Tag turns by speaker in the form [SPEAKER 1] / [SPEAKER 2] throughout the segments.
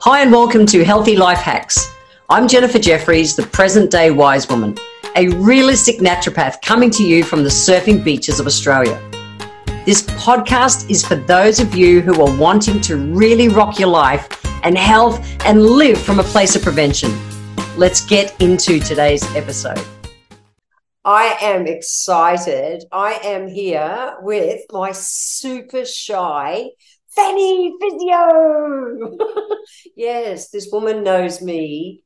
[SPEAKER 1] Hi, and welcome to Healthy Life Hacks. I'm Jennifer Jeffries, the present day wise woman, a realistic naturopath coming to you from the surfing beaches of Australia. This podcast is for those of you who are wanting to really rock your life and health and live from a place of prevention. Let's get into today's episode. I am excited. I am here with my super shy Fanny Physio. yes, this woman knows me.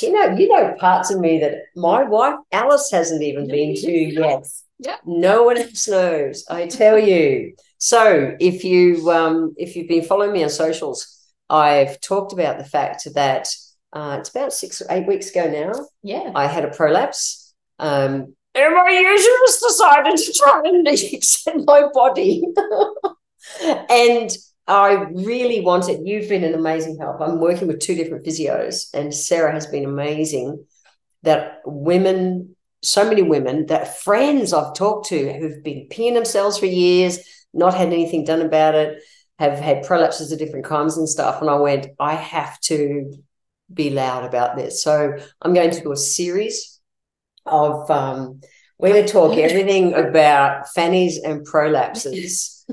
[SPEAKER 1] You know, you know parts of me that my wife Alice hasn't even been to yet.
[SPEAKER 2] Yeah.
[SPEAKER 1] No one else knows. I tell you. So if you um, if you've been following me on socials, I've talked about the fact that uh, it's about six or eight weeks ago now.
[SPEAKER 2] Yeah.
[SPEAKER 1] I had a prolapse. Um, and my uterus decided to try and extend my body. and I really wanted, you've been an amazing help. I'm working with two different physios, and Sarah has been amazing that women, so many women, that friends I've talked to who've been peeing themselves for years, not had anything done about it, have had prolapses of different kinds and stuff. And I went, I have to be loud about this. So I'm going to do a series of um, we're going to talk everything about fannies and prolapses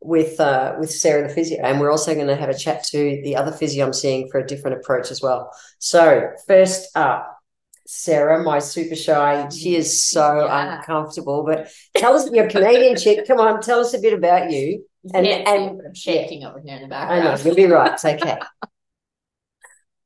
[SPEAKER 1] with uh, with Sarah the physio, and we're also going to have a chat to the other physio I'm seeing for a different approach as well. So first up, Sarah, my super shy, she is so
[SPEAKER 2] Yeah.
[SPEAKER 1] uncomfortable. But tell us, you're a Canadian chick. Come on, tell us a bit about you. And-
[SPEAKER 2] yeah,
[SPEAKER 1] and-
[SPEAKER 2] I'm shaking over here in the
[SPEAKER 1] I know
[SPEAKER 2] background.
[SPEAKER 1] you'll be right. It's okay.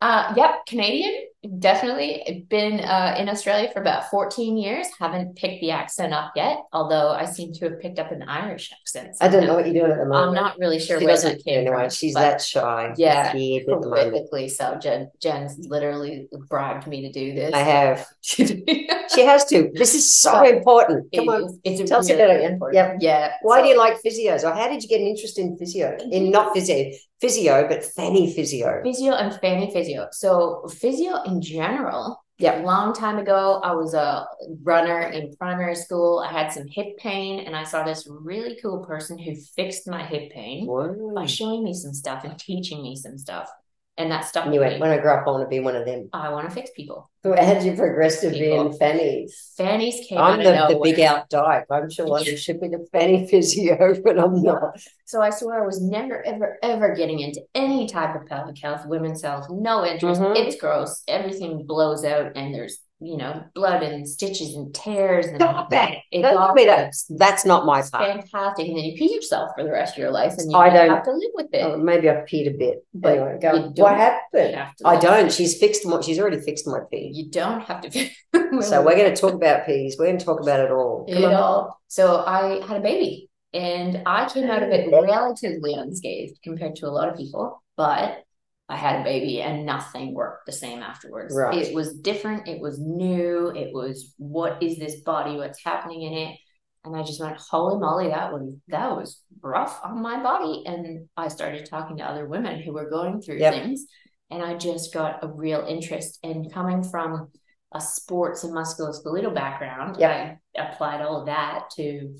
[SPEAKER 2] Uh, yep, Canadian, definitely. I've Been uh, in Australia for about 14 years. Haven't picked the accent up yet, although I seem to have picked up an Irish accent.
[SPEAKER 1] I don't know what you're doing at the
[SPEAKER 2] I'm
[SPEAKER 1] moment.
[SPEAKER 2] not really sure
[SPEAKER 1] she
[SPEAKER 2] where
[SPEAKER 1] doesn't
[SPEAKER 2] that came
[SPEAKER 1] anyway.
[SPEAKER 2] from,
[SPEAKER 1] She's
[SPEAKER 2] but
[SPEAKER 1] that shy.
[SPEAKER 2] Yeah.
[SPEAKER 1] Weird at the moment.
[SPEAKER 2] horrifically so. Jen, Jen's literally bribed me to do this.
[SPEAKER 1] I have.
[SPEAKER 2] It
[SPEAKER 1] She has to. This is so
[SPEAKER 2] But
[SPEAKER 1] important. Come on.
[SPEAKER 2] is- it's
[SPEAKER 1] Tell us
[SPEAKER 2] really
[SPEAKER 1] about it.
[SPEAKER 2] important.
[SPEAKER 1] Yep.
[SPEAKER 2] Yeah.
[SPEAKER 1] Why
[SPEAKER 2] So-
[SPEAKER 1] do you like physios? Or how did you get an interest in physio? In not physio, physio, but fanny physio.
[SPEAKER 2] physio and fanny physio. So physio in general.
[SPEAKER 1] Yeah.
[SPEAKER 2] Long time ago, I was a runner in primary school. I had some hip pain, and I saw this really cool person who fixed my hip pain by
[SPEAKER 1] Wow.
[SPEAKER 2] showing me some stuff and teaching me some stuff. And that stuff
[SPEAKER 1] And you went, when I grow up, I want to be one of them.
[SPEAKER 2] I want to fix people.
[SPEAKER 1] So How did you progress to being
[SPEAKER 2] People.
[SPEAKER 1] fannies?
[SPEAKER 2] Fannies came
[SPEAKER 1] I'm
[SPEAKER 2] out of
[SPEAKER 1] the, the
[SPEAKER 2] nowhere.
[SPEAKER 1] big out dyke. I'm sure I should be the fanny physio, but I'm not.
[SPEAKER 2] So I swear I was never, ever, ever getting into any type of pelvic health, women's health, no interest.
[SPEAKER 1] Mhm.
[SPEAKER 2] It's gross. Everything blows out and there's, you know, blood and stitches and tears and
[SPEAKER 1] Stop it.
[SPEAKER 2] It
[SPEAKER 1] Don't
[SPEAKER 2] got
[SPEAKER 1] give me that. That's not my part.
[SPEAKER 2] fantastic. And then you pee yourself for the rest of your life and you
[SPEAKER 1] I don't-
[SPEAKER 2] have to live with it.
[SPEAKER 1] Oh, maybe I've peed a bit.
[SPEAKER 2] But
[SPEAKER 1] Anyway, go.
[SPEAKER 2] you
[SPEAKER 1] on.
[SPEAKER 2] don't
[SPEAKER 1] What happened?
[SPEAKER 2] You have to
[SPEAKER 1] I
[SPEAKER 2] live
[SPEAKER 1] don't.
[SPEAKER 2] with it.
[SPEAKER 1] She's fixed my. She's already fixed my pee.
[SPEAKER 2] You don't have to.
[SPEAKER 1] So we're going to talk about peas. We're going to talk about it all. Come
[SPEAKER 2] it
[SPEAKER 1] on.
[SPEAKER 2] all. So I had a baby and I came out of it relatively unscathed compared to a lot of people, but I had a baby and nothing worked the same afterwards.
[SPEAKER 1] Right.
[SPEAKER 2] It was different, it was new, it was what is this body, what's happening in it? And I just went, holy moly, that was that was rough on my body. And I started talking to other women who were going through
[SPEAKER 1] Yep.
[SPEAKER 2] things. And I just got a real interest in coming from a sports and musculoskeletal background.
[SPEAKER 1] Yep.
[SPEAKER 2] I applied all of that to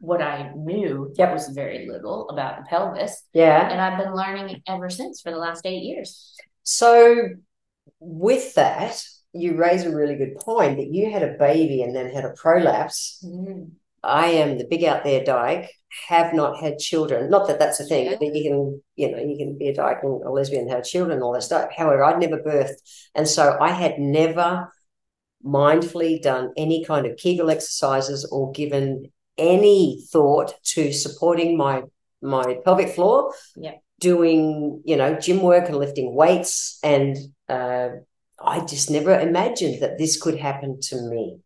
[SPEAKER 2] what I knew
[SPEAKER 1] Yep.
[SPEAKER 2] was very little about the pelvis.
[SPEAKER 1] Yeah.
[SPEAKER 2] And I've been learning ever since for the last eight years.
[SPEAKER 1] So with that, you raise a really good point that you had a baby and then had a prolapse. I am the big out there dyke. Have not had children. Not that that's a thing.
[SPEAKER 2] Yeah.
[SPEAKER 1] That you can, you know, you can be a dyke and a lesbian and have children and all that stuff. However, I'd never birthed, and so I had never mindfully done any kind of Kegel exercises or given any thought to supporting my my pelvic floor.
[SPEAKER 2] Yeah.
[SPEAKER 1] Doing you know gym work and lifting weights, and uh, I just never imagined that this could happen to me.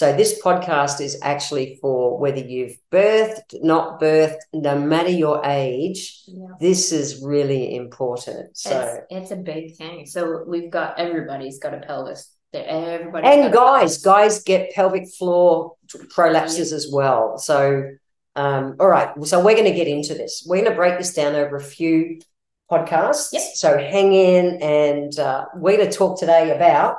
[SPEAKER 1] So this podcast is actually for whether you've birthed, not birthed, no matter your age.
[SPEAKER 2] Yeah.
[SPEAKER 1] This is really important. So
[SPEAKER 2] it's, it's a big thing. So we've got everybody's got a pelvis. Everybody
[SPEAKER 1] and guys, guys get pelvic floor prolapses as well. So um, all right, so we're going to get into this. We're going to break this down over a few podcasts.
[SPEAKER 2] Yep.
[SPEAKER 1] So hang in, and uh, we're going to talk today about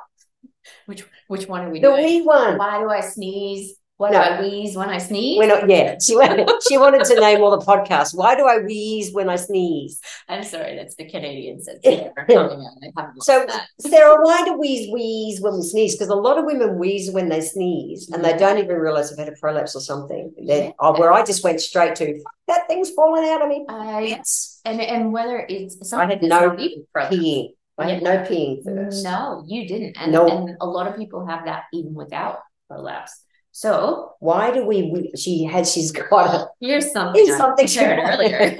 [SPEAKER 2] Which which one are we
[SPEAKER 1] the
[SPEAKER 2] doing?
[SPEAKER 1] wee one.
[SPEAKER 2] Why do I sneeze? Why
[SPEAKER 1] No.
[SPEAKER 2] do I wheeze when I sneeze?
[SPEAKER 1] We're not yet. She, wanted- she wanted to name all the podcasts. Why do I wheeze when I sneeze?
[SPEAKER 2] I'm sorry, that's the Canadian sense.
[SPEAKER 1] Yeah.
[SPEAKER 2] I haven't
[SPEAKER 1] So,
[SPEAKER 2] learned that.
[SPEAKER 1] Sarah, why do we wheeze when we sneeze? Because a lot of women wheeze when they sneeze and they
[SPEAKER 2] Yeah.
[SPEAKER 1] don't even realize they've had a prolapse or something. Then,
[SPEAKER 2] Mm. Yeah.
[SPEAKER 1] oh, where I just went straight to, "Fuck, that thing's falling out of me.
[SPEAKER 2] I
[SPEAKER 1] It's
[SPEAKER 2] and and whether it's
[SPEAKER 1] I
[SPEAKER 2] something
[SPEAKER 1] had
[SPEAKER 2] that's
[SPEAKER 1] no
[SPEAKER 2] not even pro-
[SPEAKER 1] peeing. I had no peeing first.
[SPEAKER 2] No, you didn't. And
[SPEAKER 1] No.
[SPEAKER 2] and a lot of people have that even without prolapse. So
[SPEAKER 1] Why do we? whe- She had. She's got a
[SPEAKER 2] here's something
[SPEAKER 1] Here's
[SPEAKER 2] I
[SPEAKER 1] something
[SPEAKER 2] shared
[SPEAKER 1] to-
[SPEAKER 2] earlier.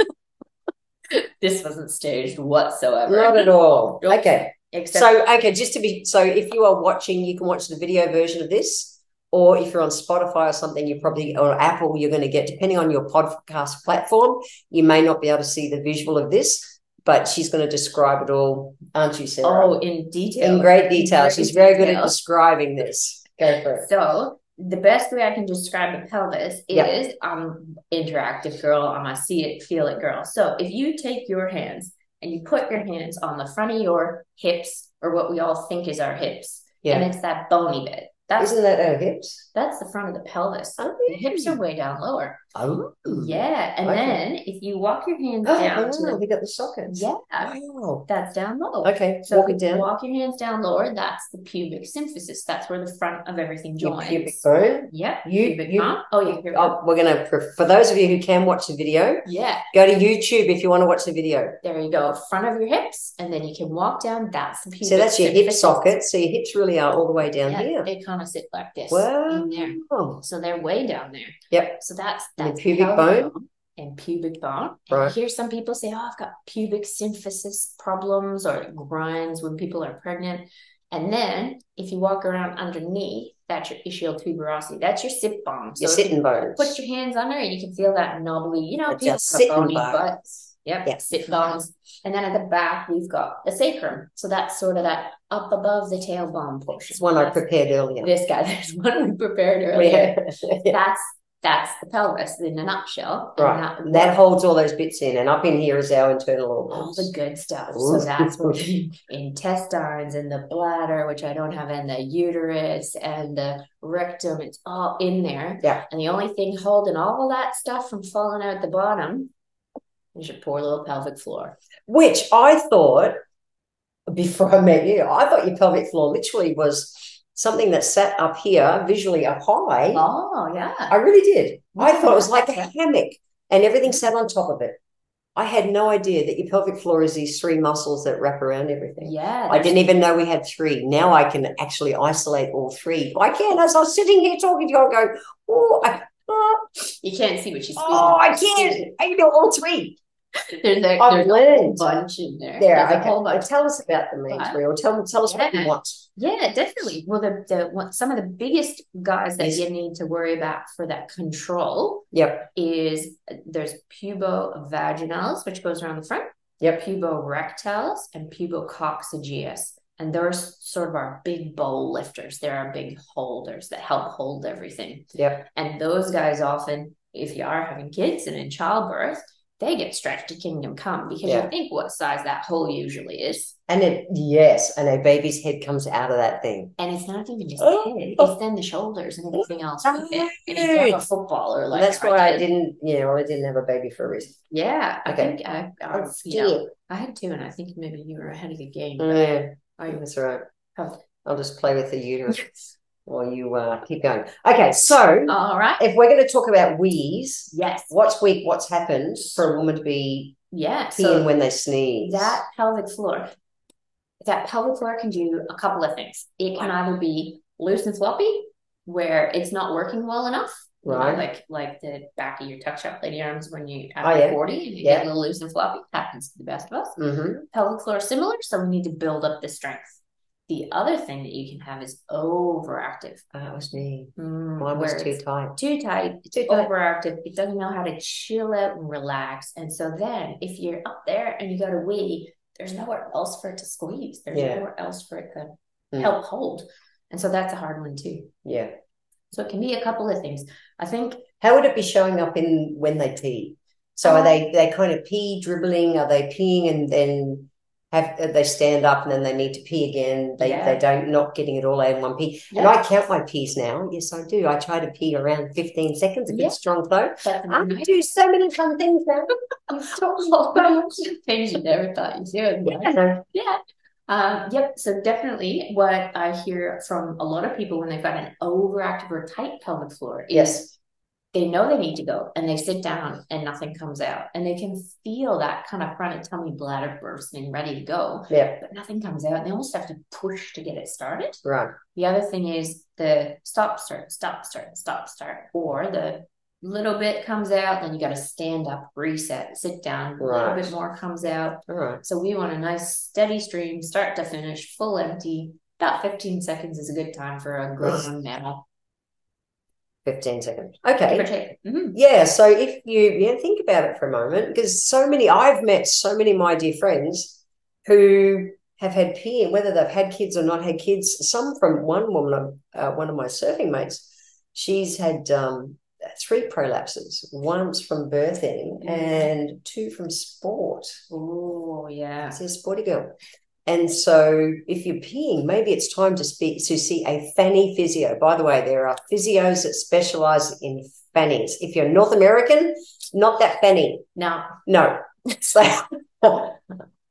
[SPEAKER 2] this wasn't staged whatsoever.
[SPEAKER 1] Not at all.
[SPEAKER 2] Nope.
[SPEAKER 1] Okay.
[SPEAKER 2] Except
[SPEAKER 1] So, okay, just to be so, if you are watching, you can watch the video version of this, or if you're on Spotify or something, you probably or Apple, you're going to get depending on your podcast platform, you may not be able to see the visual of this, but she's going to describe it all, aren't you, Sarah?
[SPEAKER 2] oh in detail.
[SPEAKER 1] in great detail.
[SPEAKER 2] Great
[SPEAKER 1] She's very good at
[SPEAKER 2] detail.
[SPEAKER 1] describing this. Go for it.
[SPEAKER 2] So the best way I can describe the pelvis
[SPEAKER 1] Yeah.
[SPEAKER 2] is I'm interactive girl. I'm a see it, feel it girl. So if you take your hands and you put your hands on the front of your hips or what we all think is our hips,
[SPEAKER 1] Yeah.
[SPEAKER 2] and it's that bony bit. That's
[SPEAKER 1] Isn't that our hips?
[SPEAKER 2] that's the front of the pelvis.
[SPEAKER 1] Oh,
[SPEAKER 2] The hips are way down lower.
[SPEAKER 1] Oh,
[SPEAKER 2] Yeah, and
[SPEAKER 1] Okay.
[SPEAKER 2] then if you walk your hands
[SPEAKER 1] Oh,
[SPEAKER 2] down to
[SPEAKER 1] wow,
[SPEAKER 2] the
[SPEAKER 1] we got the sockets.
[SPEAKER 2] yeah,
[SPEAKER 1] Wow.
[SPEAKER 2] that's down low.
[SPEAKER 1] Okay,
[SPEAKER 2] So
[SPEAKER 1] walk
[SPEAKER 2] if
[SPEAKER 1] it
[SPEAKER 2] you
[SPEAKER 1] down.
[SPEAKER 2] walk your hands down lower. That's the pubic symphysis. That's where the front of everything
[SPEAKER 1] Your
[SPEAKER 2] joins.
[SPEAKER 1] pubic bone.
[SPEAKER 2] Yep.
[SPEAKER 1] You-
[SPEAKER 2] pubic
[SPEAKER 1] you-
[SPEAKER 2] bone. Oh, yeah. Here we go.
[SPEAKER 1] Oh, we're going to, for those of you who can watch the video,
[SPEAKER 2] Yeah,
[SPEAKER 1] go to YouTube if you want to watch the video.
[SPEAKER 2] there you go. Front of your hips, and then you can walk down. That's the pubic.
[SPEAKER 1] So that's your hip
[SPEAKER 2] surface.
[SPEAKER 1] socket. So your hips really are all the way down
[SPEAKER 2] Yeah,
[SPEAKER 1] here.
[SPEAKER 2] they kind of sit like this in there.
[SPEAKER 1] Wow.
[SPEAKER 2] So they're way down there.
[SPEAKER 1] Yep.
[SPEAKER 2] So that's
[SPEAKER 1] And the
[SPEAKER 2] that's
[SPEAKER 1] pubic
[SPEAKER 2] pelvic
[SPEAKER 1] bone?
[SPEAKER 2] and pubic bone.
[SPEAKER 1] Right.
[SPEAKER 2] And here, some people say, "Oh, I've got pubic symphysis problems or grinds when people are pregnant." And then, if you walk around underneath, that's your ischial tuberosity. That's your sit bone.
[SPEAKER 1] Your
[SPEAKER 2] So
[SPEAKER 1] sitting bones.
[SPEAKER 2] put your hands under and you can feel that knobbly, you know,
[SPEAKER 1] It's
[SPEAKER 2] people
[SPEAKER 1] a
[SPEAKER 2] have
[SPEAKER 1] sit
[SPEAKER 2] bony
[SPEAKER 1] bone.
[SPEAKER 2] butts. Yep,
[SPEAKER 1] Yeah.
[SPEAKER 2] sit bones. And then at the back, we've got the sacrum. So that's sort of that up above the tailbone portion.
[SPEAKER 1] It's one I
[SPEAKER 2] That's
[SPEAKER 1] prepared earlier.
[SPEAKER 2] This guy, there's one we prepared earlier.
[SPEAKER 1] Yeah. Yeah.
[SPEAKER 2] That's that's the pelvis in a nutshell. And
[SPEAKER 1] Right.
[SPEAKER 2] that-
[SPEAKER 1] That holds all those bits in, and up in here is our internal
[SPEAKER 2] all Oh, the
[SPEAKER 1] organs.
[SPEAKER 2] good stuff.
[SPEAKER 1] Ooh.
[SPEAKER 2] So that's where the intestines and the bladder, which I don't have, and the uterus and the rectum, it's all in there.
[SPEAKER 1] Yeah.
[SPEAKER 2] And the only thing holding all of that stuff from falling out the bottom is your poor little pelvic floor.
[SPEAKER 1] Which I thought before I met you, I thought your pelvic floor literally was something that sat up here, visually up high.
[SPEAKER 2] Oh, yeah.
[SPEAKER 1] I really did. I thought it was like a hammock and everything sat on top of it. I had no idea that your pelvic floor is these three muscles that wrap around everything.
[SPEAKER 2] Yeah.
[SPEAKER 1] I didn't even know we had three. Now I can actually isolate all three. I can, as I was sitting here talking to you, I go, oh, I, oh,
[SPEAKER 2] You can't see what she's
[SPEAKER 1] oh, I can. I know all three.
[SPEAKER 2] There's a,
[SPEAKER 1] I've
[SPEAKER 2] there's a
[SPEAKER 1] learned.
[SPEAKER 2] bunch in there.
[SPEAKER 1] There,
[SPEAKER 2] There's a
[SPEAKER 1] okay.
[SPEAKER 2] whole bunch.
[SPEAKER 1] Tell us about the main
[SPEAKER 2] Right.
[SPEAKER 1] three, or tell, tell us what you
[SPEAKER 2] Yeah.
[SPEAKER 1] want.
[SPEAKER 2] Yeah, definitely. Well, the, the one, some of the biggest guys that
[SPEAKER 1] Yes.
[SPEAKER 2] you need to worry about for that control
[SPEAKER 1] Yep,
[SPEAKER 2] is uh, there's pubovaginalis, which goes around the front,
[SPEAKER 1] yep,
[SPEAKER 2] puborectalis, and pubococcygeus. And those sort of our big bowl lifters. They're our big holders that help hold everything.
[SPEAKER 1] yep.
[SPEAKER 2] And those guys often, if you are having kids and in childbirth, they get stretched to kingdom come because
[SPEAKER 1] Yeah.
[SPEAKER 2] you think what size that hole usually is.
[SPEAKER 1] And it, yes, and a baby's head comes out of that thing.
[SPEAKER 2] And it's not even just
[SPEAKER 1] Oh,
[SPEAKER 2] the head,
[SPEAKER 1] oh.
[SPEAKER 2] it's then the shoulders and everything else.
[SPEAKER 1] Right.
[SPEAKER 2] with it. And if you're a footballer, like
[SPEAKER 1] That's why I
[SPEAKER 2] did.
[SPEAKER 1] didn't, you know, I didn't have a baby for a reason.
[SPEAKER 2] Yeah, I
[SPEAKER 1] Okay.
[SPEAKER 2] think I, I
[SPEAKER 1] Oh,
[SPEAKER 2] was, you know,
[SPEAKER 1] dear.
[SPEAKER 2] I had two, and I think maybe you were ahead of the game.
[SPEAKER 1] Yeah.
[SPEAKER 2] I was
[SPEAKER 1] That's all right.
[SPEAKER 2] Oh.
[SPEAKER 1] I'll just play with the uterus while you uh, keep going. Okay, so
[SPEAKER 2] all right.
[SPEAKER 1] if we're going to talk about wheeze,
[SPEAKER 2] Oh. Yes.
[SPEAKER 1] what's weak, what's happened for a woman to be
[SPEAKER 2] Yeah.
[SPEAKER 1] peeing
[SPEAKER 2] So
[SPEAKER 1] when they sneeze?
[SPEAKER 2] that pelvic floor, that pelvic floor can do a couple of things. It can either be loose and floppy, where it's not working well enough. you know,
[SPEAKER 1] Right.
[SPEAKER 2] Like like the back of your tucked up lady arms when you
[SPEAKER 1] Oh,
[SPEAKER 2] after
[SPEAKER 1] yeah.
[SPEAKER 2] 40 and you
[SPEAKER 1] Yeah.
[SPEAKER 2] get a little loose and floppy. Happens to the best of us.
[SPEAKER 1] Mhm.
[SPEAKER 2] pelvic floor similar, so we need to build up the strength. The other thing that you can have is overactive,
[SPEAKER 1] That Oh, was me.
[SPEAKER 2] mm,
[SPEAKER 1] Mine was
[SPEAKER 2] where
[SPEAKER 1] too
[SPEAKER 2] it's
[SPEAKER 1] tight. Oh,
[SPEAKER 2] too tight, it's
[SPEAKER 1] Too tight.
[SPEAKER 2] overactive. It doesn't know how to chill out and relax. And so then, if you're up there and you got to wee, there's nowhere else for it to squeeze. There's
[SPEAKER 1] Yeah.
[SPEAKER 2] nowhere else for it to
[SPEAKER 1] Mm.
[SPEAKER 2] help hold. And so that's a hard one too.
[SPEAKER 1] Yeah.
[SPEAKER 2] So it can be a couple of things. I think
[SPEAKER 1] How would it be showing up in when they pee? So are
[SPEAKER 2] Um,
[SPEAKER 1] they they kind of pee dribbling? Are they peeing and then have uh, they stand up and then they need to pee again. They
[SPEAKER 2] Yeah.
[SPEAKER 1] they don't not getting it all out in one pee. And
[SPEAKER 2] Yeah.
[SPEAKER 1] I count my pees now. Yes, I do. I try to pee around fifteen seconds. A good
[SPEAKER 2] Yeah.
[SPEAKER 1] strong flow.
[SPEAKER 2] That's
[SPEAKER 1] I
[SPEAKER 2] nice.
[SPEAKER 1] do so many fun things now.
[SPEAKER 2] You've taught so much things you never thought you'd do.
[SPEAKER 1] Yeah. no,
[SPEAKER 2] Yeah. Um, yep. So definitely what I hear from a lot of people when they've got an overactive or tight pelvic floor is
[SPEAKER 1] Yes.
[SPEAKER 2] they know they need to go and they sit down and nothing comes out. And they can feel that kind of front of tummy bladder bursting, ready to go,
[SPEAKER 1] Yeah.
[SPEAKER 2] but nothing comes out. And they almost have to push to get it started.
[SPEAKER 1] Right.
[SPEAKER 2] The other thing is the stop, start, stop, start, stop, start, or the little bit comes out, then you got to stand up, reset, sit down, a little
[SPEAKER 1] Right.
[SPEAKER 2] bit more comes out.
[SPEAKER 1] All right.
[SPEAKER 2] So we want a nice steady stream, start to finish, full empty. About 15 seconds is a good time for a grown mammal.
[SPEAKER 1] Fifteen seconds.
[SPEAKER 2] Give
[SPEAKER 1] Okay.
[SPEAKER 2] or take. Mhm.
[SPEAKER 1] Yeah, so if you yeah, think about it for a moment, because so many I've met so many of my dear friends who have had peer, whether they've had kids or not had kids. Some from one woman, uh, one of my surfing mates, she's had um, three prolapses, once from birthing
[SPEAKER 2] Mm.
[SPEAKER 1] and two from sport.
[SPEAKER 2] Oh, yeah.
[SPEAKER 1] She's a sporty girl. And so if you're peeing, maybe it's time to speak to see a fanny physio. By the way, there are physios that specialize in fannies. If you're North American, not that fanny.
[SPEAKER 2] Now,
[SPEAKER 1] No. So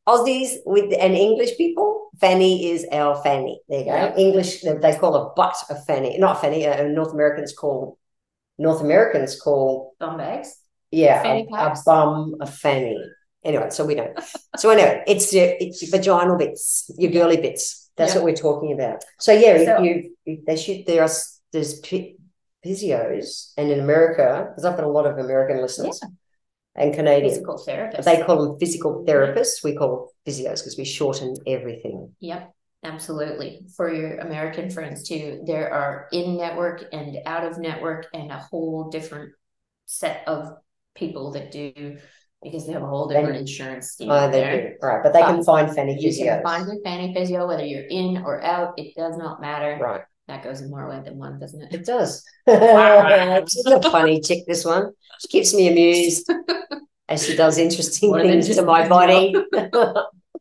[SPEAKER 1] Aussies with and English people, fanny is our fanny. There you go.
[SPEAKER 2] Yeah.
[SPEAKER 1] English they call a butt a fanny. Not fanny, uh, North Americans call North Americans call
[SPEAKER 2] bum bags.
[SPEAKER 1] yeah,
[SPEAKER 2] Fanny
[SPEAKER 1] a, a
[SPEAKER 2] packs.
[SPEAKER 1] bum, a fanny. Anyway, so we don't. So anyway, it's your it's your vaginal bits, your girly bits. That's
[SPEAKER 2] Yeah.
[SPEAKER 1] what we're talking about. So yeah,
[SPEAKER 2] So-
[SPEAKER 1] if you if they shoot there are s- there's p- physios, and in America, because I've got a lot of American listeners and Canadian,
[SPEAKER 2] Physical therapist.
[SPEAKER 1] they call them physical
[SPEAKER 2] Mhm.
[SPEAKER 1] therapists. We call them physios because we shorten everything.
[SPEAKER 2] Yep, absolutely. For your American friends too, there are in network and out of network, and a whole different set of people that do because they have a whole different
[SPEAKER 1] Fanny.
[SPEAKER 2] insurance scheme
[SPEAKER 1] Oh, they
[SPEAKER 2] there.
[SPEAKER 1] do. All right, but they can
[SPEAKER 2] Um,
[SPEAKER 1] find fanny
[SPEAKER 2] You
[SPEAKER 1] physios.
[SPEAKER 2] can find a fanny physio, whether you're in or out, it does not matter.
[SPEAKER 1] right,
[SPEAKER 2] That goes in more way than one, doesn't it?
[SPEAKER 1] it does. She's a funny chick. This one. She keeps me amused. as she does interesting
[SPEAKER 2] More than
[SPEAKER 1] things to
[SPEAKER 2] just
[SPEAKER 1] my body.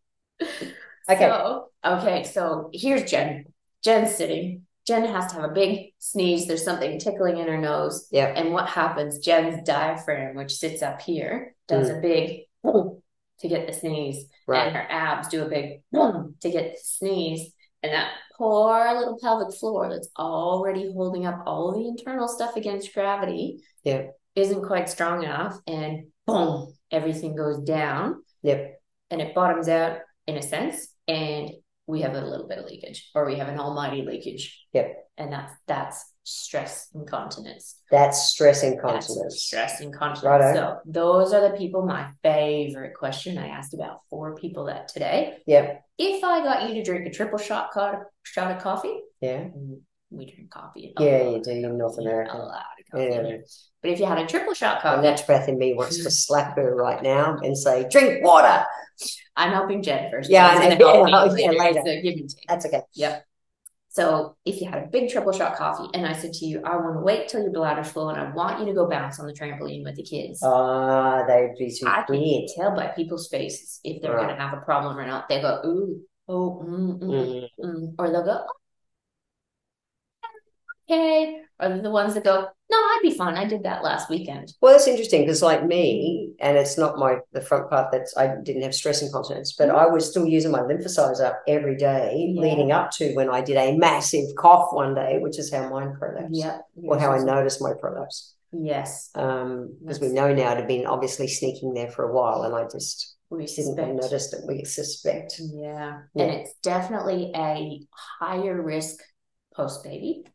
[SPEAKER 1] Okay.
[SPEAKER 2] So, okay, so here's Jen. Jen's sitting. Jen has to have a big sneeze. There's something tickling in her nose.
[SPEAKER 1] yeah.
[SPEAKER 2] And what happens? Jen's diaphragm, which sits up here, does a big to get the sneeze,
[SPEAKER 1] Mm. Right.
[SPEAKER 2] and her abs do a big to get the sneeze. And that poor little pelvic floor that's already holding up all the internal stuff against gravity
[SPEAKER 1] Yeah.
[SPEAKER 2] isn't quite strong enough. And boom, everything goes down
[SPEAKER 1] Yep.
[SPEAKER 2] and it bottoms out in a sense. And we have a little bit of leakage, or we have an almighty leakage.
[SPEAKER 1] Yep.
[SPEAKER 2] And that's that's stress incontinence.
[SPEAKER 1] That's stress
[SPEAKER 2] That's
[SPEAKER 1] incontinence.
[SPEAKER 2] Stress incontinence.
[SPEAKER 1] Righto.
[SPEAKER 2] So those are the people. My favorite question. I asked about four people that today.
[SPEAKER 1] Yep.
[SPEAKER 2] If I got you to drink a triple shot co- shot of coffee,
[SPEAKER 1] Yeah.
[SPEAKER 2] we drink coffee.
[SPEAKER 1] Yeah, you do. You're North
[SPEAKER 2] A
[SPEAKER 1] American.
[SPEAKER 2] lot of coffee.
[SPEAKER 1] Yeah.
[SPEAKER 2] But if you had a triple shot
[SPEAKER 1] A
[SPEAKER 2] coffee,
[SPEAKER 1] naturopath in me wants to slap her right now and say, drink water.
[SPEAKER 2] I'm helping Jen first.
[SPEAKER 1] Yeah, I
[SPEAKER 2] Jen's
[SPEAKER 1] know.
[SPEAKER 2] gonna help
[SPEAKER 1] Oh,
[SPEAKER 2] me
[SPEAKER 1] yeah,
[SPEAKER 2] later.
[SPEAKER 1] later.
[SPEAKER 2] It's a give and take.
[SPEAKER 1] That's okay.
[SPEAKER 2] So if you had a big triple shot coffee, and I said to you, I want to wait till your bladder's full, and I want you to go bounce on the trampoline with the kids.
[SPEAKER 1] Ah, they'd be too
[SPEAKER 2] I can
[SPEAKER 1] weird.
[SPEAKER 2] tell by people's faces if they're
[SPEAKER 1] Right.
[SPEAKER 2] going to have a problem or not. They go, ooh, oh, mm, mm,
[SPEAKER 1] Mm.
[SPEAKER 2] mm. Or they'll go, oh, okay. Or the ones that go, no, I'd be fine. I did that last weekend.
[SPEAKER 1] Well, that's interesting because, like me, and it's not my the front part that's I didn't have stress incontinence, but I was still using my lymphocyzer every day
[SPEAKER 2] Yeah.
[SPEAKER 1] leading up to when I did a massive cough one day, which is how mine prolapsed.
[SPEAKER 2] Yeah.
[SPEAKER 1] or how I noticed my prolapse.
[SPEAKER 2] Yes.
[SPEAKER 1] Um, because we
[SPEAKER 2] Yes.
[SPEAKER 1] know now it had been obviously sneaking there for a while, and I just
[SPEAKER 2] We
[SPEAKER 1] didn't have
[SPEAKER 2] suspect.
[SPEAKER 1] noticed it. We suspect.
[SPEAKER 2] Yeah.
[SPEAKER 1] Yeah.
[SPEAKER 2] And it's definitely a higher risk post baby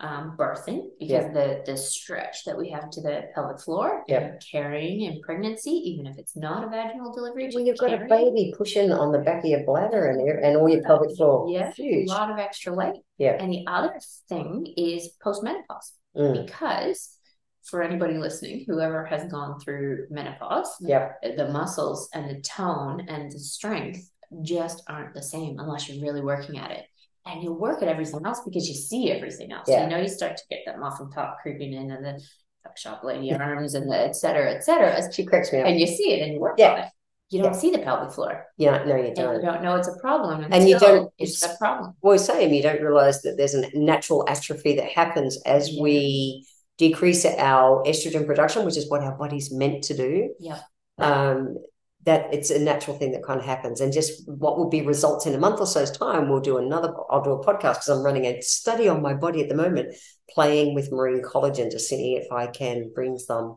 [SPEAKER 2] um, birthing because the, the stretch that we have to the pelvic floor
[SPEAKER 1] Yeah.
[SPEAKER 2] and carrying in pregnancy, even if it's not a vaginal delivery.
[SPEAKER 1] Well, you've got a
[SPEAKER 2] carrying-
[SPEAKER 1] baby pushing on the back of your bladder and your- and all your pelvic floor.
[SPEAKER 2] Yeah, a
[SPEAKER 1] huge.
[SPEAKER 2] lot of extra weight.
[SPEAKER 1] Yeah.
[SPEAKER 2] And the other thing is postmenopause
[SPEAKER 1] Mm.
[SPEAKER 2] because for anybody listening, whoever has gone through menopause,
[SPEAKER 1] Yeah,
[SPEAKER 2] the muscles and the tone and the strength just aren't the same unless you're really working at it. And you work at everything else because you see everything else.
[SPEAKER 1] Yeah.
[SPEAKER 2] You know, you start to get that muffin top creeping in and the tuck shop lady arms and the et cetera, et cetera.
[SPEAKER 1] she cracks me up.
[SPEAKER 2] And you see it and you work
[SPEAKER 1] Yeah.
[SPEAKER 2] on it. You don't see the pelvic floor.
[SPEAKER 1] Yeah, no, you
[SPEAKER 2] And you
[SPEAKER 1] don't.
[SPEAKER 2] don't know it's a problem.
[SPEAKER 1] And you
[SPEAKER 2] until
[SPEAKER 1] don't-
[SPEAKER 2] It's a problem.
[SPEAKER 1] Well, same, you don't realize that there's a natural atrophy that happens as
[SPEAKER 2] Yeah.
[SPEAKER 1] we decrease our estrogen production, which is what our body's meant to do.
[SPEAKER 2] Yeah.
[SPEAKER 1] Um, that it's a natural thing that kind of happens. And just what will be results in a month or so's time, we'll do another, I'll do a podcast because I'm running a study on my body at the moment, playing with marine collagen to see if I can bring some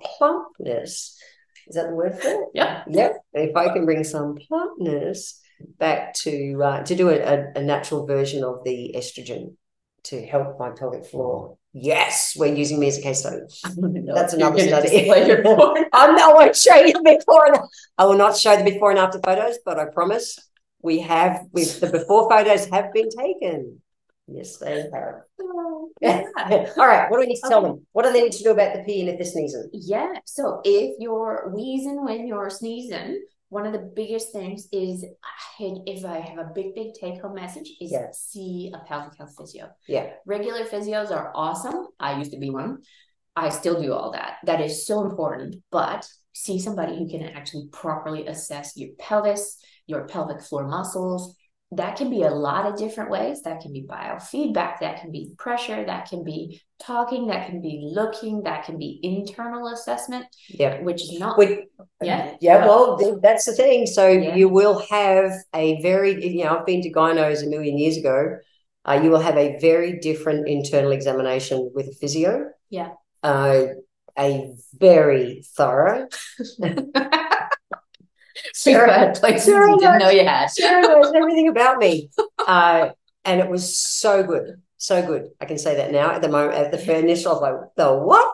[SPEAKER 1] plumpness. Is that the word for it?
[SPEAKER 2] Yeah.
[SPEAKER 1] Yep. If I can bring some plumpness back to uh, to do a, a, a natural version of the estrogen to help my pelvic floor. Yes, we're using me as a case study. That's another study. I'm not going to show you the before and I will not show the before and after photos, but I promise we have we've, the before photos have been taken. Yes, they have.
[SPEAKER 2] yeah.
[SPEAKER 1] All right, what do we need to tell
[SPEAKER 2] Okay.
[SPEAKER 1] them? What do they need to do about the pee and if they're sneezing?
[SPEAKER 2] Yeah. So if you're wheezing when you're sneezing, one of the biggest things is I had- if I have a big, big take home message is
[SPEAKER 1] Yeah.
[SPEAKER 2] see a pelvic health physio.
[SPEAKER 1] Yeah,
[SPEAKER 2] Regular physios are awesome. I used to be one. I still do all that. That is so important. But see somebody who can actually properly assess your pelvis, your pelvic floor muscles. That can be a lot of different ways. That can be biofeedback. That can be pressure. That can be talking. That can be looking. That can be internal assessment
[SPEAKER 1] yeah.
[SPEAKER 2] which is not
[SPEAKER 1] We,
[SPEAKER 2] yeah
[SPEAKER 1] Yeah, well, th- that's the thing. So
[SPEAKER 2] Yeah.
[SPEAKER 1] you will have a very, you know, I've been to gynos a million years ago. Uh, you will have a very different internal examination with a physio.
[SPEAKER 2] Yeah.
[SPEAKER 1] Uh, a very thorough.
[SPEAKER 2] Sarah had places
[SPEAKER 1] Sarah
[SPEAKER 2] you didn't
[SPEAKER 1] knows-
[SPEAKER 2] know you had
[SPEAKER 1] Sarah knows everything about me. Uh, and it was so good. So good. I can say that now. At the moment, at the fairness, I was like, the what?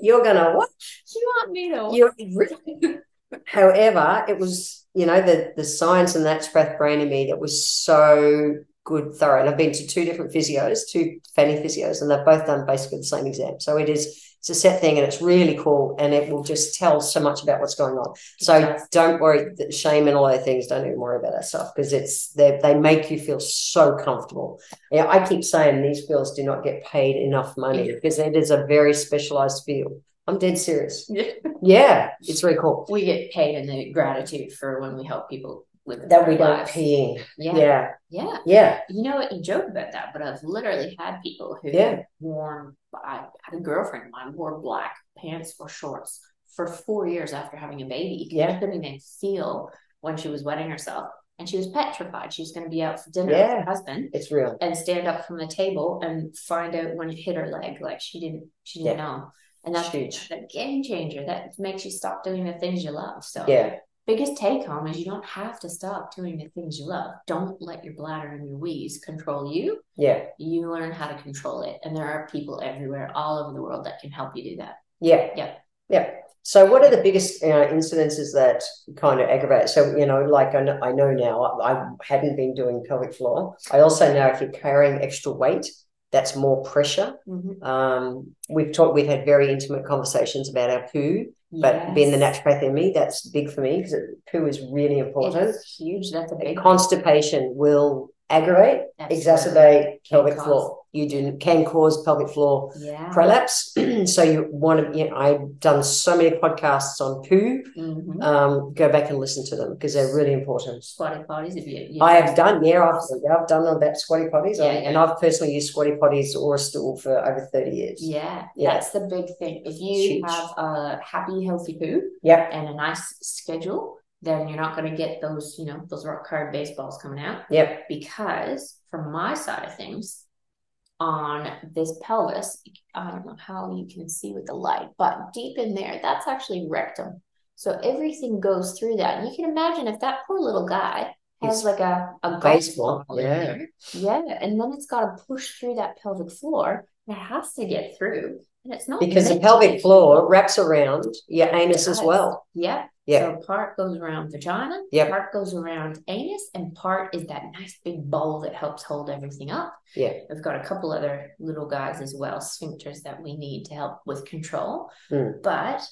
[SPEAKER 1] You're going to what?
[SPEAKER 2] you want me to
[SPEAKER 1] You really? However, it was you know the the science and that breath brain in me that was so good, thorough. And I've been to two different physios, two fanny physios, and they've both done basically the same exam. So it is it's a set thing, and it's really cool, and it will just tell so much about what's going on. So
[SPEAKER 2] Yes.
[SPEAKER 1] don't worry, the shame and all those things. Don't even worry about that stuff because it's they they make you feel so comfortable. Yeah, I keep saying these fields do not get paid enough money because it is a very specialized field. I'm dead serious. Yeah, it's very cool.
[SPEAKER 2] we get paid in the gratitude for when we help people live
[SPEAKER 1] That we
[SPEAKER 2] better
[SPEAKER 1] don't
[SPEAKER 2] lives.
[SPEAKER 1] peeing.
[SPEAKER 2] yeah. yeah
[SPEAKER 1] Yeah, yeah,
[SPEAKER 2] you know what you joke about that but I've literally had people who
[SPEAKER 1] Yeah.
[SPEAKER 2] worn I had a girlfriend of mine wore black pants or shorts for four years after having a baby because
[SPEAKER 1] Yeah.
[SPEAKER 2] she couldn't even feel when she was wetting herself and she was petrified she was going to be out for dinner with
[SPEAKER 1] Yeah.
[SPEAKER 2] her husband
[SPEAKER 1] it's real.
[SPEAKER 2] and stand up from the table and find out when it hit her leg. Like she didn't, she didn't know. And that's
[SPEAKER 1] Huge.
[SPEAKER 2] a game changer. That makes you stop doing the things you love. So
[SPEAKER 1] Yeah,
[SPEAKER 2] biggest take home is you don't have to stop doing the things you love. Don't let your bladder and your wheeze control you.
[SPEAKER 1] yeah,
[SPEAKER 2] You learn how to control it. And there are people everywhere, all over the world that can help you do that.
[SPEAKER 1] yeah,
[SPEAKER 2] Yeah.
[SPEAKER 1] yeah. So, what are the biggest uh, incidences that kind of aggravate? So, you know, like I know, I know now, I, I hadn't been doing pelvic floor. I also know if you're carrying extra weight, that's more pressure. Um, we've talked, we've had very intimate conversations about our poo, but being the
[SPEAKER 2] Yes.
[SPEAKER 1] naturopath in me, that's big for me because poo is really important.
[SPEAKER 2] It's huge. That's a big
[SPEAKER 1] Constipation will aggravate
[SPEAKER 2] Absolutely.
[SPEAKER 1] exacerbate pelvic
[SPEAKER 2] cause.
[SPEAKER 1] floor. You do can cause pelvic floor
[SPEAKER 2] Yeah.
[SPEAKER 1] prolapse. so you want to. You know, I've done so many podcasts on poo.
[SPEAKER 2] Mhm.
[SPEAKER 1] Um, go back and listen to them because they're really important.
[SPEAKER 2] Squatty potties. If you, you
[SPEAKER 1] I have done, yeah, I've, yeah, I've done about squatty potties,
[SPEAKER 2] Yeah,
[SPEAKER 1] I- and I've personally used squatty potties or a stool for over thirty years.
[SPEAKER 2] Yeah,
[SPEAKER 1] Yeah.
[SPEAKER 2] that's the big thing. If you
[SPEAKER 1] Huge.
[SPEAKER 2] have a happy, healthy poo
[SPEAKER 1] Yep.
[SPEAKER 2] and a nice schedule, then you're not going to get those, you know, those rock hard baseballs coming out.
[SPEAKER 1] Yep.
[SPEAKER 2] Because from my side of things, on this pelvis, I don't know how you can see with the light, but deep in there, that's actually rectum. So everything goes through that. And you can imagine if that poor little guy has
[SPEAKER 1] It's
[SPEAKER 2] like a, a golf
[SPEAKER 1] Baseball.
[SPEAKER 2] ball in
[SPEAKER 1] Yeah.
[SPEAKER 2] there, yeah, and then it's got to push through that pelvic floor. And it has to get through, and it's not
[SPEAKER 1] Because the
[SPEAKER 2] meant to
[SPEAKER 1] pelvic
[SPEAKER 2] be-
[SPEAKER 1] floor wraps around your anus as
[SPEAKER 2] Yes.
[SPEAKER 1] well.
[SPEAKER 2] Yeah.
[SPEAKER 1] Yeah.
[SPEAKER 2] So part goes around vagina.
[SPEAKER 1] Yep.
[SPEAKER 2] Part goes around anus, and part is that nice big bowl that helps hold everything up.
[SPEAKER 1] Yeah.
[SPEAKER 2] We've got a couple other little guys as well, sphincters that we need to help with control.
[SPEAKER 1] Hmm.
[SPEAKER 2] But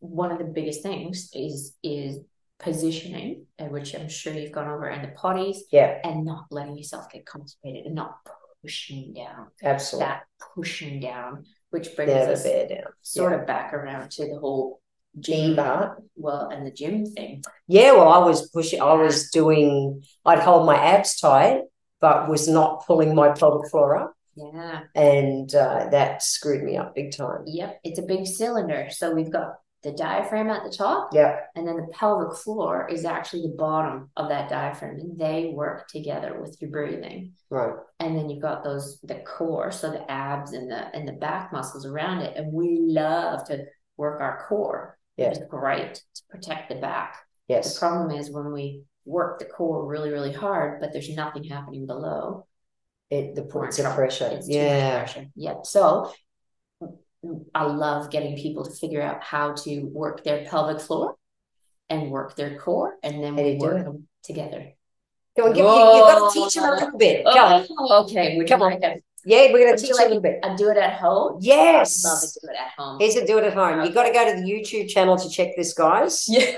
[SPEAKER 2] one of the biggest things is is positioning, uh, which I'm sure you've gone over, and the potties,
[SPEAKER 1] Yeah.
[SPEAKER 2] and not letting yourself get constipated, and not pushing down
[SPEAKER 1] Absolutely.
[SPEAKER 2] that pushing down, which brings
[SPEAKER 1] Never
[SPEAKER 2] us
[SPEAKER 1] bear down.
[SPEAKER 2] sort of back around to the whole
[SPEAKER 1] G bar.
[SPEAKER 2] Well, and the gym thing.
[SPEAKER 1] Yeah, well, I was pushing, I was doing, I'd hold my abs tight, but was not pulling my pelvic floor up.
[SPEAKER 2] Yeah.
[SPEAKER 1] And uh, that screwed me up big time.
[SPEAKER 2] Yep. It's a big cylinder. So we've got the diaphragm at the top,
[SPEAKER 1] Yeah.
[SPEAKER 2] and then the pelvic floor is actually the bottom of that diaphragm, and they work together with your breathing.
[SPEAKER 1] Right.
[SPEAKER 2] And then you've got those the core, so the abs and the and the back muscles around it. And we love to work our core.
[SPEAKER 1] Yeah.
[SPEAKER 2] It's great to protect the back. The
[SPEAKER 1] Yes.
[SPEAKER 2] problem is when we work the core really, really hard, but there's nothing happening below.
[SPEAKER 1] It, the
[SPEAKER 2] we're in
[SPEAKER 1] points of
[SPEAKER 2] trouble.
[SPEAKER 1] pressure.
[SPEAKER 2] It's too much
[SPEAKER 1] Yeah.
[SPEAKER 2] pressure. Yep. So I love getting people to figure out how to work their pelvic floor and work their core, and then
[SPEAKER 1] How do
[SPEAKER 2] we
[SPEAKER 1] you do
[SPEAKER 2] work
[SPEAKER 1] it?
[SPEAKER 2] them together.
[SPEAKER 1] Come on, give, you, you got to teach them a little bit. Go on.
[SPEAKER 2] Oh, okay. Would you
[SPEAKER 1] Come on.
[SPEAKER 2] like a-
[SPEAKER 1] Yeah, we're going
[SPEAKER 2] Would
[SPEAKER 1] to
[SPEAKER 2] you
[SPEAKER 1] teach
[SPEAKER 2] like
[SPEAKER 1] them a little bit.
[SPEAKER 2] I do it at home.
[SPEAKER 1] Yes.
[SPEAKER 2] Love to do it at home.
[SPEAKER 1] Here's a do it at home. you got to go to the YouTube channel to check this, guys.
[SPEAKER 2] yeah.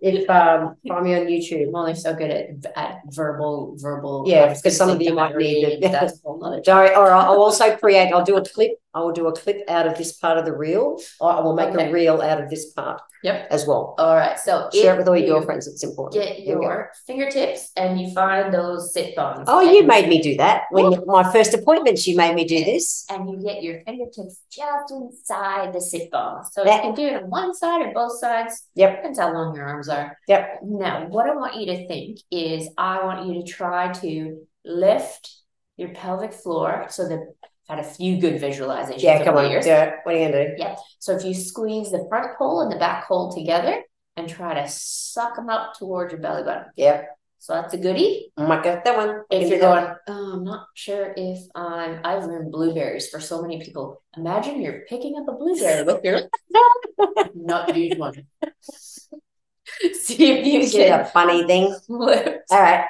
[SPEAKER 1] If um, find me on YouTube.
[SPEAKER 2] I'm only so good at, at verbal, verbal.
[SPEAKER 1] Yeah,
[SPEAKER 2] I was gonna
[SPEAKER 1] 'cause some
[SPEAKER 2] say
[SPEAKER 1] of you might need
[SPEAKER 2] diarrhea,
[SPEAKER 1] it.
[SPEAKER 2] That's a whole nother.
[SPEAKER 1] Sorry, or I'll I'll also create, I'll do a clip. I will do a clip out of this part of the reel. Or I will make
[SPEAKER 2] Okay.
[SPEAKER 1] a reel out of this part
[SPEAKER 2] Yep.
[SPEAKER 1] as well.
[SPEAKER 2] All right. So
[SPEAKER 1] Share
[SPEAKER 2] if
[SPEAKER 1] it with all
[SPEAKER 2] you
[SPEAKER 1] your girlfriends. It's important.
[SPEAKER 2] Get
[SPEAKER 1] There we go.
[SPEAKER 2] your fingertips and you find those sit bones.
[SPEAKER 1] Oh,
[SPEAKER 2] and
[SPEAKER 1] you made me do that. When you- my first appointment, she made me do this.
[SPEAKER 2] and you get your fingertips just inside the sit bone. So
[SPEAKER 1] Yeah.
[SPEAKER 2] you can do it on one side or both sides.
[SPEAKER 1] Yep.
[SPEAKER 2] Depends how long your arms are.
[SPEAKER 1] Yep.
[SPEAKER 2] Now, what I want you to think is I want you to try to lift your pelvic floor. So the I've had a few good visualizations.
[SPEAKER 1] Yeah,
[SPEAKER 2] over
[SPEAKER 1] come
[SPEAKER 2] the
[SPEAKER 1] on.
[SPEAKER 2] years.
[SPEAKER 1] do it. What are you going to do?
[SPEAKER 2] So if you squeeze the front pole and the back pole together and try to suck them up towards your belly button.
[SPEAKER 1] Yep.
[SPEAKER 2] So that's a goodie.
[SPEAKER 1] Oh my God, that one. Give
[SPEAKER 2] If you're
[SPEAKER 1] me that
[SPEAKER 2] going, oh, I'm not sure if I'm, I've learned blueberries for so many people. Imagine you're picking up a blueberry with your not huge one. See if you
[SPEAKER 1] one. Give me
[SPEAKER 2] can
[SPEAKER 1] that funny thing.
[SPEAKER 2] flip.
[SPEAKER 1] All right.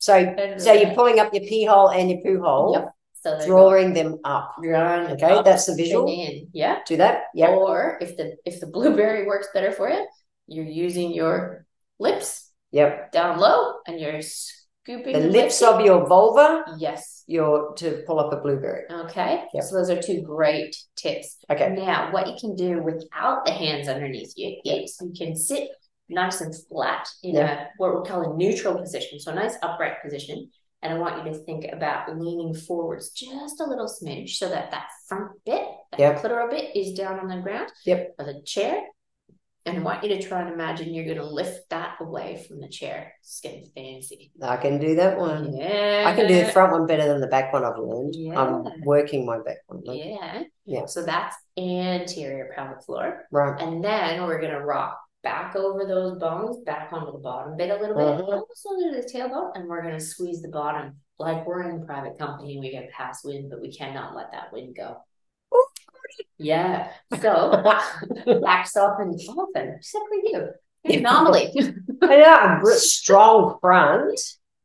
[SPEAKER 1] So,
[SPEAKER 2] and-
[SPEAKER 1] so you're pulling up your pee hole and your poo hole,
[SPEAKER 2] Yep. So there you go.
[SPEAKER 1] drawing them up.
[SPEAKER 2] Drawing
[SPEAKER 1] Okay,
[SPEAKER 2] up
[SPEAKER 1] that's the
[SPEAKER 2] and
[SPEAKER 1] visual.
[SPEAKER 2] in. Yeah.
[SPEAKER 1] Do that. Yep.
[SPEAKER 2] Or if the if the blueberry works better for you, you're using your lips
[SPEAKER 1] Yep.
[SPEAKER 2] down low and you're scooping
[SPEAKER 1] The
[SPEAKER 2] the
[SPEAKER 1] lips of your vulva,
[SPEAKER 2] Yes.
[SPEAKER 1] your to pull up a blueberry.
[SPEAKER 2] Okay.
[SPEAKER 1] Yep.
[SPEAKER 2] So those are two great tips.
[SPEAKER 1] Okay.
[SPEAKER 2] Now, what you can do without the hands underneath you is you can sit nice and flat in a what we call a neutral position, so a nice upright position. And I want you to think about leaning forwards just a little smidge so that that front bit, that
[SPEAKER 1] Yep.
[SPEAKER 2] clitoral bit, is down on the ground
[SPEAKER 1] Yep.
[SPEAKER 2] of the chair. And I want you to try and imagine you're going to lift that away from the chair. It's getting fancy.
[SPEAKER 1] I can do that one.
[SPEAKER 2] Yeah.
[SPEAKER 1] Um, I can do the front one better than the back one I've learned.
[SPEAKER 2] Yeah.
[SPEAKER 1] I'm working my back one. though.
[SPEAKER 2] Yeah.
[SPEAKER 1] Yeah.
[SPEAKER 2] So that's anterior pelvic floor.
[SPEAKER 1] Right.
[SPEAKER 2] And then we're gonna rock back over those bones, back onto the bottom bit a little bit,
[SPEAKER 1] Mhm.
[SPEAKER 2] almost onto the tailbone, and we're gonna squeeze the bottom like we're in private company and we get past wind, but we cannot let that wind go.
[SPEAKER 1] Ooh.
[SPEAKER 2] Yeah. So back off and often, except for you. You're an Anomaly.
[SPEAKER 1] I know, a gr- strong front.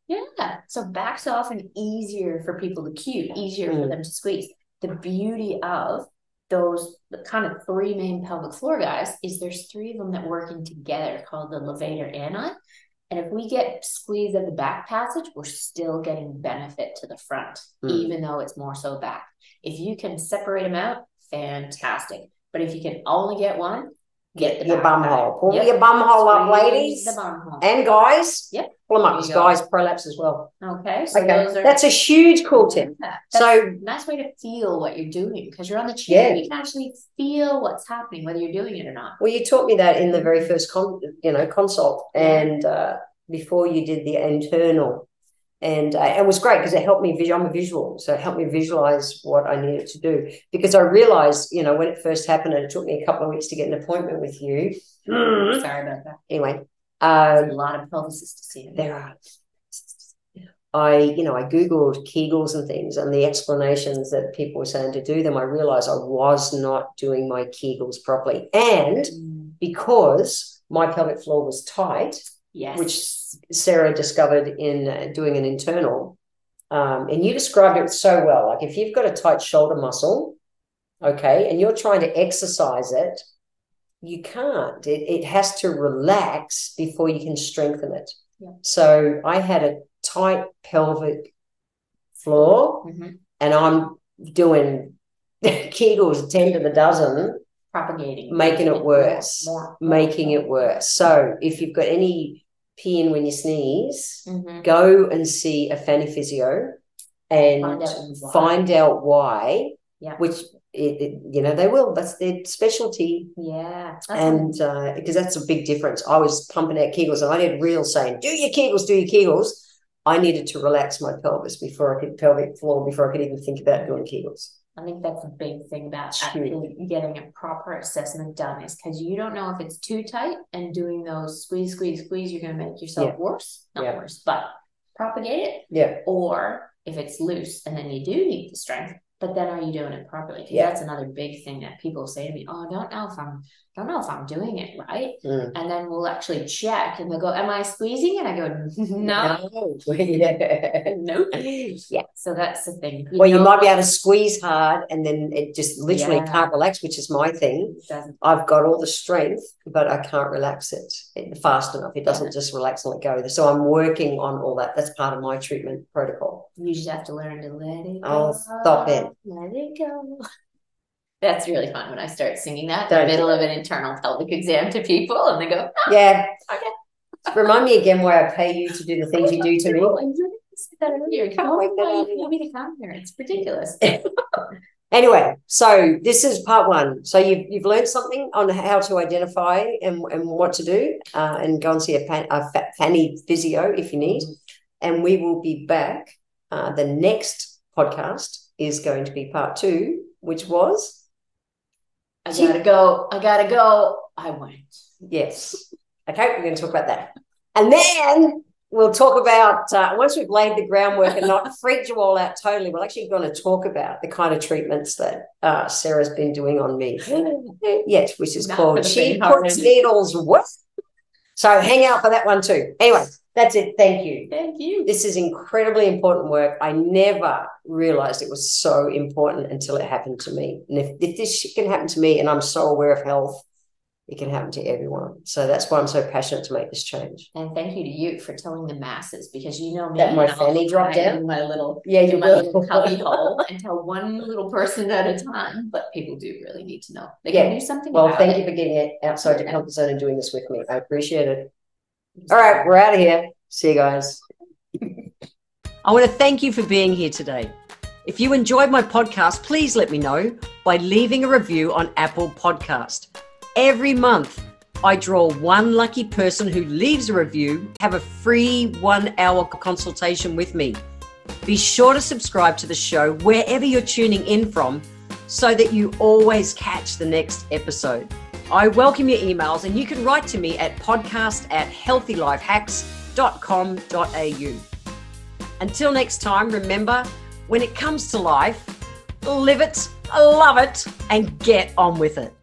[SPEAKER 2] Yeah. So back's often easier for people to cue, easier for
[SPEAKER 1] Mm.
[SPEAKER 2] them to squeeze. The beauty of those the kind of three main pelvic floor guys is there's three of them that working together called the levator ani. And if we get squeezed at the back passage, we're still getting benefit to the front,
[SPEAKER 1] Mm.
[SPEAKER 2] even though it's more so back. If you can separate them out, fantastic. But if you can only get one, get the
[SPEAKER 1] Your
[SPEAKER 2] back
[SPEAKER 1] bum
[SPEAKER 2] out.
[SPEAKER 1] hole. Pull
[SPEAKER 2] Yep.
[SPEAKER 1] your bum hole up,
[SPEAKER 2] Squeeze
[SPEAKER 1] ladies.
[SPEAKER 2] The bum hole.
[SPEAKER 1] And guys.
[SPEAKER 2] Yep.
[SPEAKER 1] Pull them
[SPEAKER 2] There
[SPEAKER 1] up.
[SPEAKER 2] you go.
[SPEAKER 1] Guys, prolapse as well.
[SPEAKER 2] Okay. So
[SPEAKER 1] Okay.
[SPEAKER 2] those are
[SPEAKER 1] That's a huge cool tip.
[SPEAKER 2] Yeah, that's
[SPEAKER 1] So,
[SPEAKER 2] a nice way to feel what you're doing because you're on the chair.
[SPEAKER 1] Yeah.
[SPEAKER 2] You can actually feel what's happening, whether you're doing it or not.
[SPEAKER 1] well, you taught me that in the very first con- you know consult, and uh, before you did the internal, and uh, it was great because it helped me. Visual, I'm a visual, so it helped me visualize what I needed to do. Because I realized, you know, when it first happened, and it took me a couple of weeks to get an appointment with you. Mm-hmm.
[SPEAKER 2] Sorry about that.
[SPEAKER 1] Anyway, um,
[SPEAKER 2] There's a lot of pelvises to see.
[SPEAKER 1] there are. I, you know, I googled Kegels and things, and the explanations that people were saying to do them. I realized I was not doing my Kegels properly, and
[SPEAKER 2] Mm,
[SPEAKER 1] because my pelvic floor was tight,
[SPEAKER 2] Yes.
[SPEAKER 1] which Sarah discovered in uh, doing an internal. Um, and you described it so well. Like if you've got a tight shoulder muscle, okay, and you're trying to exercise it, you can't. It, it has to relax before you can strengthen it.
[SPEAKER 2] Yeah.
[SPEAKER 1] So I had a tight pelvic floor
[SPEAKER 2] Mhm.
[SPEAKER 1] and I'm doing Kegels ten to the dozen,
[SPEAKER 2] propagating,
[SPEAKER 1] making it
[SPEAKER 2] more,
[SPEAKER 1] worse,
[SPEAKER 2] more, more.
[SPEAKER 1] making it worse. So if you've got any pain when you sneeze,
[SPEAKER 2] Mhm.
[SPEAKER 1] go and see a fanny physio and
[SPEAKER 2] Find out why.
[SPEAKER 1] find out why,
[SPEAKER 2] Yeah.
[SPEAKER 1] which it, it, you know they will. That's their specialty,
[SPEAKER 2] Yeah. That's
[SPEAKER 1] and uh, because that's a big difference. I was pumping out Kegels, and I had real saying, "Do your Kegels, do your Kegels." I needed to relax my pelvis before I could pelvic floor before I could even think about doing Kegels.
[SPEAKER 2] I think that's a big thing about
[SPEAKER 1] It's
[SPEAKER 2] actually getting a proper assessment done is because you don't know if it's too tight and doing those squeeze, squeeze, squeeze, you're going to make yourself
[SPEAKER 1] Yeah.
[SPEAKER 2] worse, not
[SPEAKER 1] Yeah.
[SPEAKER 2] worse, but propagate it.
[SPEAKER 1] Yeah,
[SPEAKER 2] Or if it's loose and then you do need the strength, but then are you doing it properly? 'Cause
[SPEAKER 1] Yeah.
[SPEAKER 2] that's another big thing that people say to me. Oh, I don't know if I'm, don't know if I'm doing it right.
[SPEAKER 1] Mm.
[SPEAKER 2] And then we'll actually check and they'll go, am I squeezing? And I go, no,
[SPEAKER 1] no, yeah.
[SPEAKER 2] no.
[SPEAKER 1] Yeah.
[SPEAKER 2] So that's the thing.
[SPEAKER 1] Well, you
[SPEAKER 2] know
[SPEAKER 1] might be able to squeeze hard, and then it just literally
[SPEAKER 2] Yeah.
[SPEAKER 1] can't relax, which is my thing.
[SPEAKER 2] it doesn't
[SPEAKER 1] I've got all the strength, but I can't relax it it- fast enough. It doesn't just relax and let go. So I'm working on all that. That's part of my treatment protocol.
[SPEAKER 2] You just have to learn to let it
[SPEAKER 1] Oh,
[SPEAKER 2] go.
[SPEAKER 1] stop it.
[SPEAKER 2] Let it go. That's really fun when I start singing that in
[SPEAKER 1] Don't.
[SPEAKER 2] the middle of an internal pelvic exam to people and they go,
[SPEAKER 1] Yeah.
[SPEAKER 2] Okay.
[SPEAKER 1] Remind me again why I pay you to do the things you do to me.
[SPEAKER 2] "Oh, I really said that earlier. Come
[SPEAKER 1] Oh my
[SPEAKER 2] on, why
[SPEAKER 1] God.
[SPEAKER 2] you want me to come here? It's ridiculous.
[SPEAKER 1] Anyway, so this is part one. So you've, you've learned something on how to identify and, and what to do, uh, and go and see a, pan, a fa- fanny physio if you need. And we will be back. Uh, the next podcast is going to be part two, which was
[SPEAKER 2] I gotta go. I gotta go. I went.
[SPEAKER 1] yes. Okay, we're going to talk about that. And then we'll talk about uh, once we've laid the groundwork and not freaked you all out totally, we're actually going to talk about the kind of treatments that uh, Sarah's been doing on me. Yes, which is
[SPEAKER 2] Not for
[SPEAKER 1] called
[SPEAKER 2] the
[SPEAKER 1] She
[SPEAKER 2] faint-hearted.
[SPEAKER 1] Puts Needles What? So hang out for that one too. Anyway, that's it. Thank you.
[SPEAKER 2] Thank you.
[SPEAKER 1] This is incredibly important work. I never realized it was so important until it happened to me. And if, if this shit can happen to me and I'm so aware of health, it can happen to everyone. So that's why I'm so passionate to make this change.
[SPEAKER 2] And thank you to you for telling the masses because you know me.
[SPEAKER 1] That my
[SPEAKER 2] and I'll
[SPEAKER 1] fanny dropped
[SPEAKER 2] hide
[SPEAKER 1] out?
[SPEAKER 2] in my little
[SPEAKER 1] Yeah,
[SPEAKER 2] in
[SPEAKER 1] you
[SPEAKER 2] my little cubby
[SPEAKER 1] will.
[SPEAKER 2] hole and tell one little person at a time. But people do really need to know. They
[SPEAKER 1] Yeah.
[SPEAKER 2] can do something
[SPEAKER 1] Well,
[SPEAKER 2] about
[SPEAKER 1] thank
[SPEAKER 2] it.
[SPEAKER 1] you for getting it outside your comfort zone and doing this with me. I appreciate it. All right, we're out of here. See you guys. I want to thank you for being here today. If you enjoyed my podcast, please let me know by leaving a review on Apple Podcast. Every month, I draw one lucky person who leaves a review to have a free 1-hour consultation with me. Be sure to subscribe to the show wherever you're tuning in from so that you always catch the next episode. I welcome your emails and you can write to me at podcast at healthylifehacks.com.au. Until next time, remember when it comes to life, live it, love it, and get on with it.